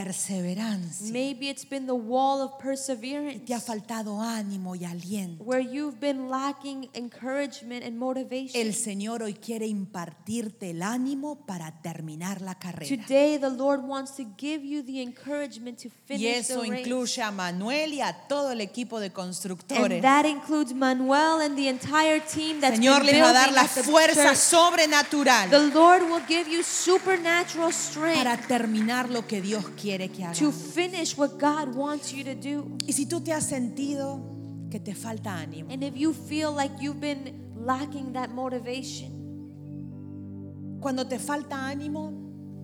Speaker 1: perseverancia.
Speaker 2: Maybe it's been the wall of
Speaker 1: Te ha
Speaker 2: perseverance
Speaker 1: faltado ánimo y aliento.
Speaker 2: where you've been lacking encouragement and
Speaker 1: El
Speaker 2: motivation.
Speaker 1: Señor hoy quiere impartirte el ánimo para terminar la carrera.
Speaker 2: Today, the Lord wants to give you the encouragement to
Speaker 1: Y
Speaker 2: finish the
Speaker 1: eso
Speaker 2: race.
Speaker 1: incluye a Manuel y a todo el equipo de constructores.
Speaker 2: And that includes Manuel and the entire team that's
Speaker 1: Señor
Speaker 2: been
Speaker 1: les va a dar
Speaker 2: building
Speaker 1: la
Speaker 2: at the
Speaker 1: fuerza
Speaker 2: church.
Speaker 1: sobrenatural
Speaker 2: The Lord will give you supernatural strength
Speaker 1: para terminar lo que Dios quiere que hagas.
Speaker 2: to finish what God wants you to do.
Speaker 1: Y si tú te has sentido que te falta ánimo,
Speaker 2: And if you feel like you've been lacking that motivation,
Speaker 1: cuando te falta ánimo,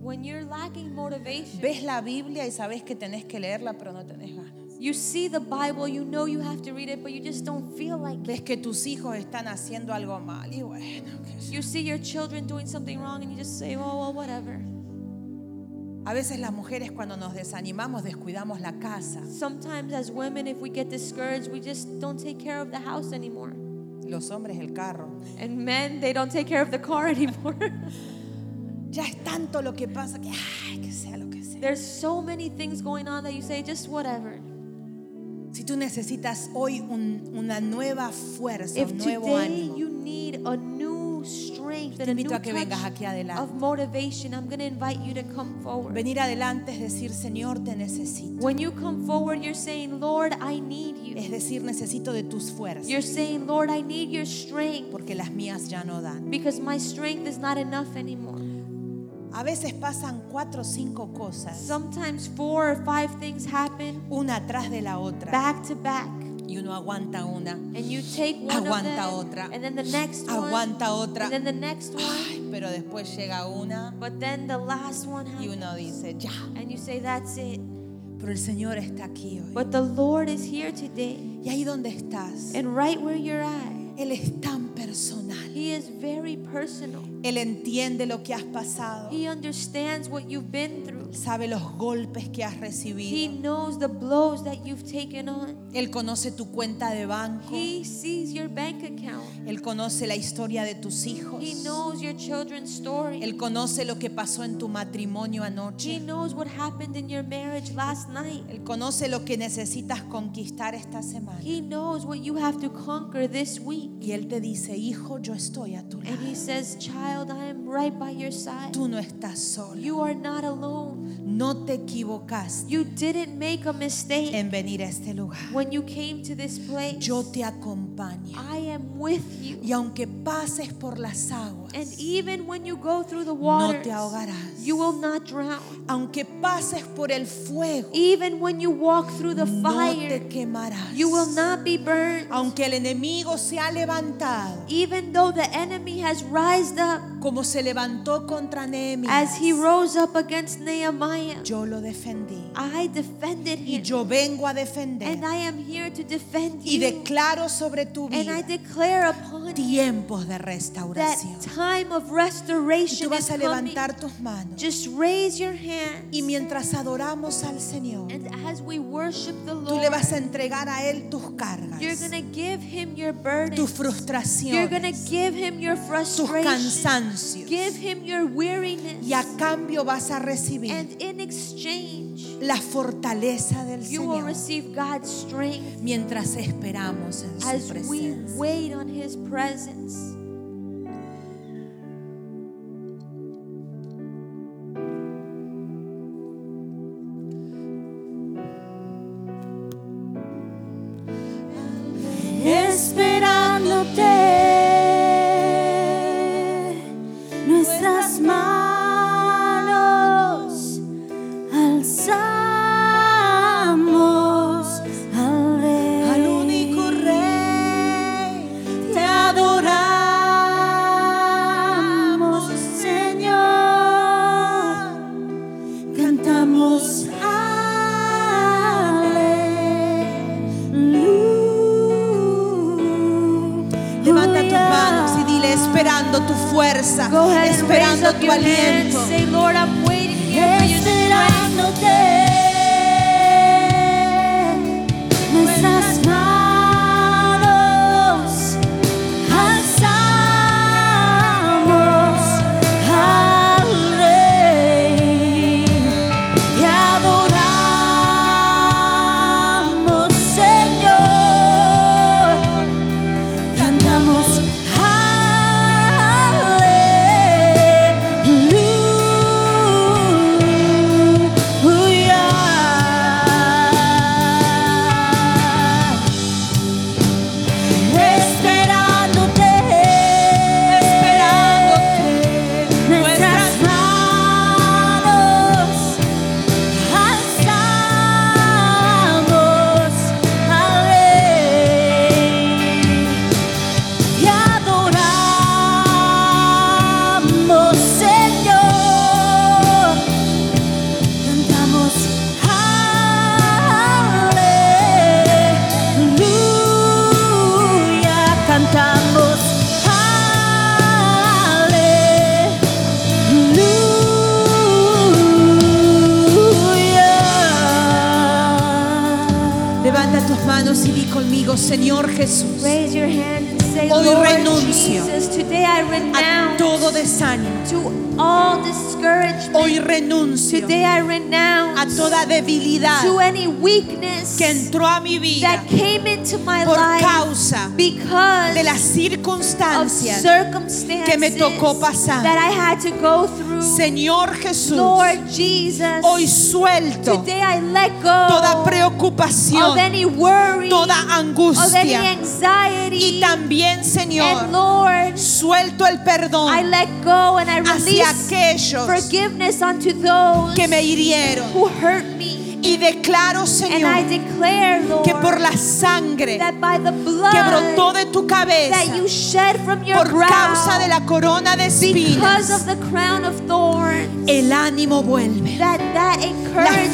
Speaker 2: when you're lacking motivation,
Speaker 1: ves la Biblia y sabes que tenés que leerla, pero no tenés ganas.
Speaker 2: you see the Bible, you know you have to read it, but you just don't feel like it.
Speaker 1: Ves que tus hijos están haciendo algo mal y bueno, qué sé yo.
Speaker 2: You see your children doing something wrong and you just say, oh, well, whatever.
Speaker 1: a veces las mujeres cuando nos desanimamos descuidamos la casa,
Speaker 2: Sometimes, as women, if we get discouraged, we just don't take care of the house anymore.
Speaker 1: los hombres el carro.
Speaker 2: And men, they don't take care of the car [LAUGHS] anymore.
Speaker 1: Ya es tanto lo que pasa que ay, que sea lo que sea.
Speaker 2: There's so many things going on that you say, just whatever.
Speaker 1: Si tú necesitas hoy un- una nueva fuerza,
Speaker 2: If
Speaker 1: un nuevo
Speaker 2: today
Speaker 1: ánimo,
Speaker 2: you need a new strength
Speaker 1: Te
Speaker 2: and a new
Speaker 1: invito a que vengas
Speaker 2: touch
Speaker 1: aquí adelante.
Speaker 2: of motivation, I'm going to invite you to come forward.
Speaker 1: venir adelante es decir, Señor, te necesito.
Speaker 2: When you come forward, you're saying, Lord, I need you.
Speaker 1: Es decir, necesito de tus fuerzas,
Speaker 2: You're saying, Lord, I need your strength
Speaker 1: porque las mías ya no dan.
Speaker 2: because my strength is not enough anymore.
Speaker 1: A veces pasan cuatro o cinco cosas,
Speaker 2: Sometimes four or five things happen
Speaker 1: una atrás de la otra,
Speaker 2: back to back,
Speaker 1: y uno aguanta una,
Speaker 2: and you take one
Speaker 1: Aguanta
Speaker 2: of
Speaker 1: otra.
Speaker 2: them, and then the next one,
Speaker 1: aguanta otra,
Speaker 2: and then the next one,
Speaker 1: ay, pero después llega una
Speaker 2: but then the last one
Speaker 1: y
Speaker 2: happens,
Speaker 1: uno dice, ya.
Speaker 2: and you say, That's it.
Speaker 1: Pero el Señor está aquí hoy.
Speaker 2: But the Lord is here today.
Speaker 1: Y ahí donde estás,
Speaker 2: And right where you're at,
Speaker 1: Él es tan personal.
Speaker 2: He is very personal.
Speaker 1: Él entiende lo que has pasado.
Speaker 2: He understands what you've been through.
Speaker 1: sabe los golpes que has
Speaker 2: He
Speaker 1: recibido.
Speaker 2: knows the blows that you've taken on.
Speaker 1: Él conoce tu cuenta de banco.
Speaker 2: He sees your bank account.
Speaker 1: Él conoce la historia de tus hijos.
Speaker 2: He knows your children's story.
Speaker 1: Él conoce lo que pasó en tu matrimonio
Speaker 2: He
Speaker 1: anoche.
Speaker 2: knows what happened in your marriage last night.
Speaker 1: Él conoce lo que necesitas conquistar esta semana.
Speaker 2: He knows what you have to conquer this week.
Speaker 1: Y Él te dice, hijo, yo estoy a tu
Speaker 2: And
Speaker 1: lado.
Speaker 2: He says, Child, I am right by your side.
Speaker 1: Tú no estás solo.
Speaker 2: You are not alone.
Speaker 1: No te equivocaste
Speaker 2: You didn't make a mistake
Speaker 1: en venir a este lugar.
Speaker 2: when you came to this place.
Speaker 1: Yo te acompaño.
Speaker 2: I am with you.
Speaker 1: Y aunque pases por las aguas,
Speaker 2: And even when you go through
Speaker 1: no
Speaker 2: the waters,
Speaker 1: te ahogarás.
Speaker 2: you will not drown.
Speaker 1: Aunque pases por el fuego,
Speaker 2: Even when you walk through the
Speaker 1: no te
Speaker 2: fire,
Speaker 1: quemarás.
Speaker 2: you will not be burned.
Speaker 1: Aunque el enemigo se ha levantado,
Speaker 2: Even though the enemy has rised up
Speaker 1: como se levantó contra Nehemías,
Speaker 2: as he rose up against Nehemiah,
Speaker 1: yo lo defendí.
Speaker 2: I defended
Speaker 1: Y
Speaker 2: him.
Speaker 1: yo vengo a
Speaker 2: And
Speaker 1: defender
Speaker 2: I am here to defend
Speaker 1: y
Speaker 2: you.
Speaker 1: declaro sobre tu
Speaker 2: And I
Speaker 1: vida
Speaker 2: declare upon you
Speaker 1: tiempos de
Speaker 2: that
Speaker 1: restauración.
Speaker 2: time of
Speaker 1: Y tú
Speaker 2: restoration is
Speaker 1: vas a
Speaker 2: coming.
Speaker 1: levantar tus manos
Speaker 2: Just raise your hand.
Speaker 1: y mientras adoramos al Señor,
Speaker 2: And as we worship the
Speaker 1: tú le
Speaker 2: Lord,
Speaker 1: vas a entregar a Él tus
Speaker 2: you're
Speaker 1: cargas,
Speaker 2: going to give him your burden.
Speaker 1: tus
Speaker 2: You're gonna
Speaker 1: frustraciones,
Speaker 2: give him your
Speaker 1: tus
Speaker 2: frustration.
Speaker 1: cansancios
Speaker 2: Give him your weariness.
Speaker 1: y a cambio vas a recibir
Speaker 2: And in exchange,
Speaker 1: la fortaleza del
Speaker 2: you will
Speaker 1: Señor.
Speaker 2: receive God's strength
Speaker 1: mientras esperamos en su
Speaker 2: as we
Speaker 1: presencia.
Speaker 2: wait on his presence.
Speaker 3: esperándote. Nuestras manos alzamos al Rey.
Speaker 1: Al único Rey,
Speaker 3: Te adoramos, Señor. Cantamos Aleluya.
Speaker 1: levanta tus manos y dile esperando tu fuerza,
Speaker 3: Go ahead and
Speaker 1: esperando
Speaker 3: raise up
Speaker 1: tu
Speaker 3: your hands.
Speaker 1: aliento.
Speaker 2: Say, Lord, I'm waiting here for your strength.
Speaker 3: Esperándote. Nuestras manos
Speaker 1: y di conmigo, Señor Jesús,
Speaker 2: Raise your hand and say,
Speaker 1: Hoy
Speaker 2: Lord
Speaker 1: Oh, renuncio
Speaker 2: Jesus, today I
Speaker 1: a
Speaker 2: renounce
Speaker 1: todo desánimo.
Speaker 2: to all discouragement.
Speaker 1: Hoy renuncio
Speaker 2: today I
Speaker 1: a
Speaker 2: renounce
Speaker 1: toda debilidad
Speaker 2: to any weakness
Speaker 1: que entró a mi vida
Speaker 2: that came into my
Speaker 1: por
Speaker 2: life
Speaker 1: causa
Speaker 2: because
Speaker 1: de las
Speaker 2: of
Speaker 1: circunstancias.
Speaker 2: circumstances
Speaker 1: que me tocó pasar.
Speaker 2: that I had to go through.
Speaker 1: Señor Jesús,
Speaker 2: Lord Jesus,
Speaker 1: hoy suelto
Speaker 2: today I let go
Speaker 1: toda
Speaker 2: of
Speaker 1: preocupación,
Speaker 2: any worry,
Speaker 1: toda
Speaker 2: of any
Speaker 1: angustia.
Speaker 2: anxiety.
Speaker 1: Y también,
Speaker 2: and
Speaker 1: Señor,
Speaker 2: Lord,
Speaker 1: suelto el
Speaker 2: I
Speaker 1: perdón
Speaker 2: let go and I
Speaker 1: hacia
Speaker 2: release
Speaker 1: aquellos
Speaker 2: forgiveness unto those
Speaker 1: que me hirieron.
Speaker 2: who hurt me.
Speaker 1: Y declaro,
Speaker 2: And I
Speaker 1: Señor,
Speaker 2: declare, Lord,
Speaker 1: que por la sangre
Speaker 2: that by
Speaker 1: que
Speaker 2: the blood
Speaker 1: brotó de tu
Speaker 2: that
Speaker 1: cabeza
Speaker 2: you shed from your
Speaker 1: por
Speaker 2: brow,
Speaker 1: causa de la corona de
Speaker 2: because
Speaker 1: espinas,
Speaker 2: of the crown of thorns,
Speaker 1: el ánimo vuelve,
Speaker 2: that that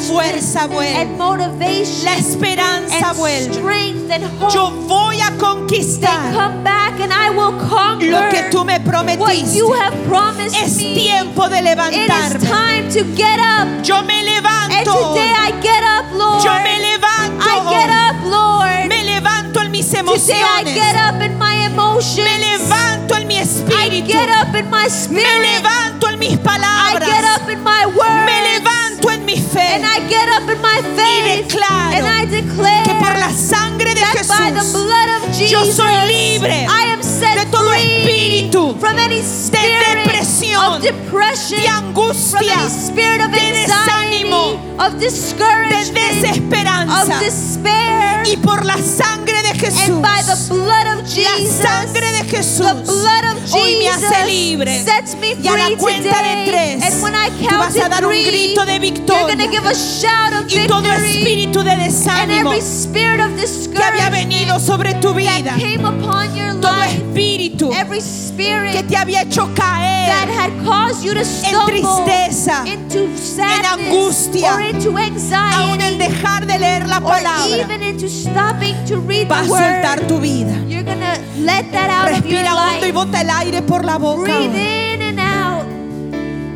Speaker 1: fuerza
Speaker 2: encouragement
Speaker 1: vuelve.
Speaker 2: and motivation
Speaker 1: la esperanza
Speaker 2: and
Speaker 1: vuelve.
Speaker 2: strength and hope
Speaker 1: Yo voy a conquistar
Speaker 2: come back and I will conquer
Speaker 1: lo que tú me
Speaker 2: what
Speaker 1: prometiste.
Speaker 2: you have promised
Speaker 1: Es
Speaker 2: me.
Speaker 1: tiempo de
Speaker 2: It is
Speaker 1: levantarme.
Speaker 2: time to get up.
Speaker 1: Yo me
Speaker 2: And
Speaker 1: levanto.
Speaker 2: today I get up, Lord.
Speaker 1: Yo me levanto.
Speaker 2: I get up, Lord.
Speaker 1: Me levanto en mis
Speaker 2: Today I get
Speaker 1: emociones.
Speaker 2: up in my emotions.
Speaker 1: Me levanto en mi
Speaker 2: I
Speaker 1: espíritu.
Speaker 2: get up in my
Speaker 1: Me
Speaker 2: spirit.
Speaker 1: levanto en mis
Speaker 2: I get
Speaker 1: palabras.
Speaker 2: up in my words.
Speaker 1: Me levanto en mi fe.
Speaker 2: And I get up in my faith.
Speaker 1: declaro
Speaker 2: And I declare
Speaker 1: Que por la sangre de
Speaker 2: that by the
Speaker 1: Jesús
Speaker 2: blood of Jesus
Speaker 1: yo soy libre
Speaker 2: I am set
Speaker 1: de todo
Speaker 2: free
Speaker 1: espíritu
Speaker 2: from any spirit
Speaker 1: depresión,
Speaker 2: of depression,
Speaker 1: de
Speaker 2: from
Speaker 1: angustia,
Speaker 2: any spirit of
Speaker 1: de
Speaker 2: anxiety,
Speaker 1: desánimo,
Speaker 2: of
Speaker 1: de
Speaker 2: discouragement, of
Speaker 1: desesperanza.
Speaker 2: despair.
Speaker 1: Y por la sangre de Jesús,
Speaker 2: And by the blood of
Speaker 1: la
Speaker 2: Jesus,
Speaker 1: sangre de Jesús,
Speaker 2: the blood of Jesus
Speaker 1: hoy me hace libre.
Speaker 2: sets me free
Speaker 1: Y a la cuenta
Speaker 2: today.
Speaker 1: de tres,
Speaker 2: and when I
Speaker 1: tú
Speaker 2: count
Speaker 1: vas a
Speaker 2: to
Speaker 1: dar un
Speaker 2: three,
Speaker 1: grito de
Speaker 2: you're going to
Speaker 1: victoria.
Speaker 2: give a shout of
Speaker 1: Y todo
Speaker 2: victory.
Speaker 1: espíritu de
Speaker 2: And
Speaker 1: desánimo
Speaker 2: every spirit of
Speaker 1: que había
Speaker 2: discouragement
Speaker 1: venido sobre tu vida,
Speaker 2: that came upon your
Speaker 1: todo
Speaker 2: life,
Speaker 1: espíritu
Speaker 2: every
Speaker 1: que
Speaker 2: spirit
Speaker 1: te había hecho
Speaker 2: that
Speaker 1: caer
Speaker 2: had caused you to stumble
Speaker 1: tristeza,
Speaker 2: into sadness
Speaker 1: angustia,
Speaker 2: or into
Speaker 1: aún
Speaker 2: anxiety
Speaker 1: en dejar de leer la
Speaker 2: or
Speaker 1: palabra,
Speaker 2: even into stopping to read
Speaker 1: va a
Speaker 2: the word,
Speaker 1: soltar tu vida.
Speaker 2: you're going to let that out of your
Speaker 1: Respira
Speaker 2: life.
Speaker 1: hondo y bota el aire por la boca.
Speaker 2: Breathe
Speaker 1: ahora.
Speaker 2: in and out.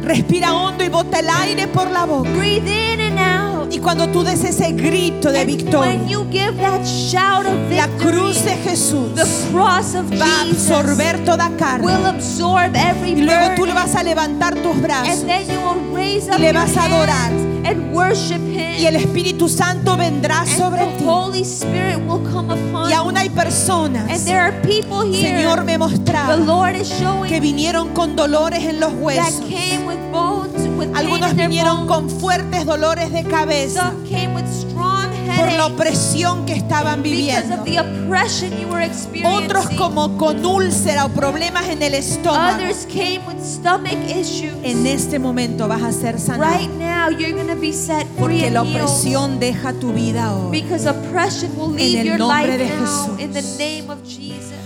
Speaker 1: Respira hondo y bota el aire por la boca.
Speaker 2: Breathe in and out.
Speaker 1: Y cuando tú des ese grito de
Speaker 2: And when
Speaker 1: victoria,
Speaker 2: you give that shout of
Speaker 1: la cruz de
Speaker 2: victory,
Speaker 1: Jesús
Speaker 2: the cross of
Speaker 1: va a
Speaker 2: Jesus
Speaker 1: absorber toda carne.
Speaker 2: will absorb every
Speaker 1: Y luego tú le
Speaker 2: burden.
Speaker 1: vas a levantar tus brazos.
Speaker 2: And then you will raise
Speaker 1: Y
Speaker 2: up
Speaker 1: le
Speaker 2: your
Speaker 1: vas a adorar.
Speaker 2: hands and worship Him.
Speaker 1: Y el Espíritu Santo vendrá
Speaker 2: and
Speaker 1: sobre
Speaker 2: the
Speaker 1: ti.
Speaker 2: Holy Spirit will come upon
Speaker 1: Y aún
Speaker 2: you.
Speaker 1: hay
Speaker 2: And
Speaker 1: personas,
Speaker 2: there are people here.
Speaker 1: Señor me
Speaker 2: the
Speaker 1: mostraba,
Speaker 2: Lord is showing
Speaker 1: que vinieron con dolores en los
Speaker 2: that
Speaker 1: huesos.
Speaker 2: came with bones, with pain
Speaker 1: Algunos
Speaker 2: in their
Speaker 1: vinieron
Speaker 2: bones.
Speaker 1: con fuertes dolores de cabeza
Speaker 2: Some came with strong
Speaker 1: por la
Speaker 2: headaches.
Speaker 1: opresión que estaban
Speaker 2: because
Speaker 1: viviendo.
Speaker 2: of the oppression you were experiencing.
Speaker 1: Otros como con úlcera o problemas en el estómago.
Speaker 2: Others came with stomach issues.
Speaker 1: En este momento vas a ser
Speaker 2: right
Speaker 1: sanado
Speaker 2: now, you're going to be set free
Speaker 1: porque
Speaker 2: and
Speaker 1: la
Speaker 2: healed
Speaker 1: opresión deja tu vida ahora.
Speaker 2: because oppression will leave
Speaker 1: el
Speaker 2: your
Speaker 1: nombre
Speaker 2: life
Speaker 1: de
Speaker 2: now
Speaker 1: Jesús.
Speaker 2: in the name of Jesus.